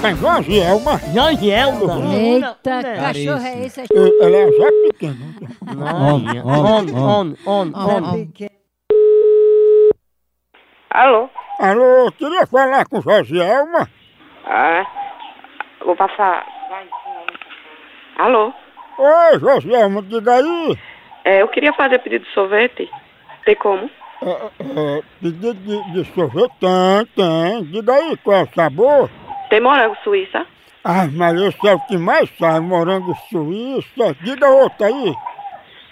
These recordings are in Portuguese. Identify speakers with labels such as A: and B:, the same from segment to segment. A: tá em Joazielma.
B: Joelma.
C: Eita,
D: Parece.
C: cachorro é esse?
A: Eh, Ela é já pequena.
D: On, on,
B: On,
D: on.
B: on, on, on.
E: Alô?
A: Alô, queria falar com Joazielma.
E: Ah, vou passar. Vai, vai. Alô?
A: Oi, Joazielma, diga aí.
E: É, eu queria fazer pedido de sorvete. Tem como?
A: Eh, eh, pedido de, de sorvete tem, tem. Diga aí qual é o sabor.
E: Tem morango suíça?
A: Ah, mas esse é o que mais sai, morango suíça. Diga outro aí.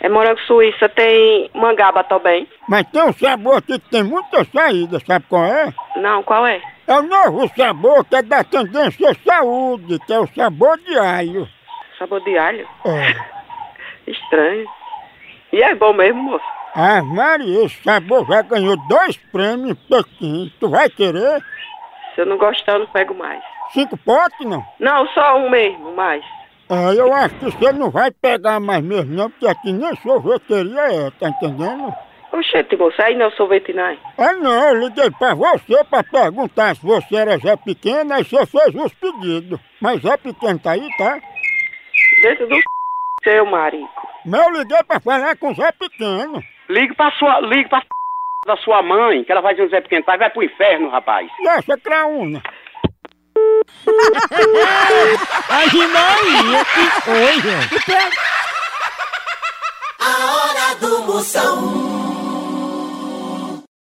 E: É morango suíça, tem mangaba também.
A: Mas tem um sabor aqui que tem muita saída, sabe qual é?
E: Não, qual é?
A: É o novo sabor que é da tendência à saúde, que é o sabor de alho.
E: Sabor de alho?
A: É.
E: Estranho. E é bom mesmo, moço?
A: Ah, Maria, esse sabor já ganhou dois prêmios em Pequim. Tu vai querer?
E: Se eu não gostar, eu não pego mais.
A: Cinco potes, não?
E: Não, só um mesmo, mais.
A: Ah, eu acho que você não vai pegar mais mesmo, não, porque aqui nem sorveteria é, tá entendendo?
E: Oxente, moço, aí não é sorvete, não. é?
A: Ah, não, eu liguei pra você pra perguntar se você era Zé Pequeno, aí você fez os pedidos. Mas Zé Pequeno tá aí, tá?
E: Dentro do c... seu marico.
A: Mas eu liguei pra falar com o Zé Pequeno.
F: Ligue pra sua. Ligue pra da sua mãe, que ela vai dizer um Zé Pequeno, Pai, vai pro inferno, rapaz.
A: Nossa, Craúna.
B: A Ginaíra, que coisa.
G: A hora do Moção.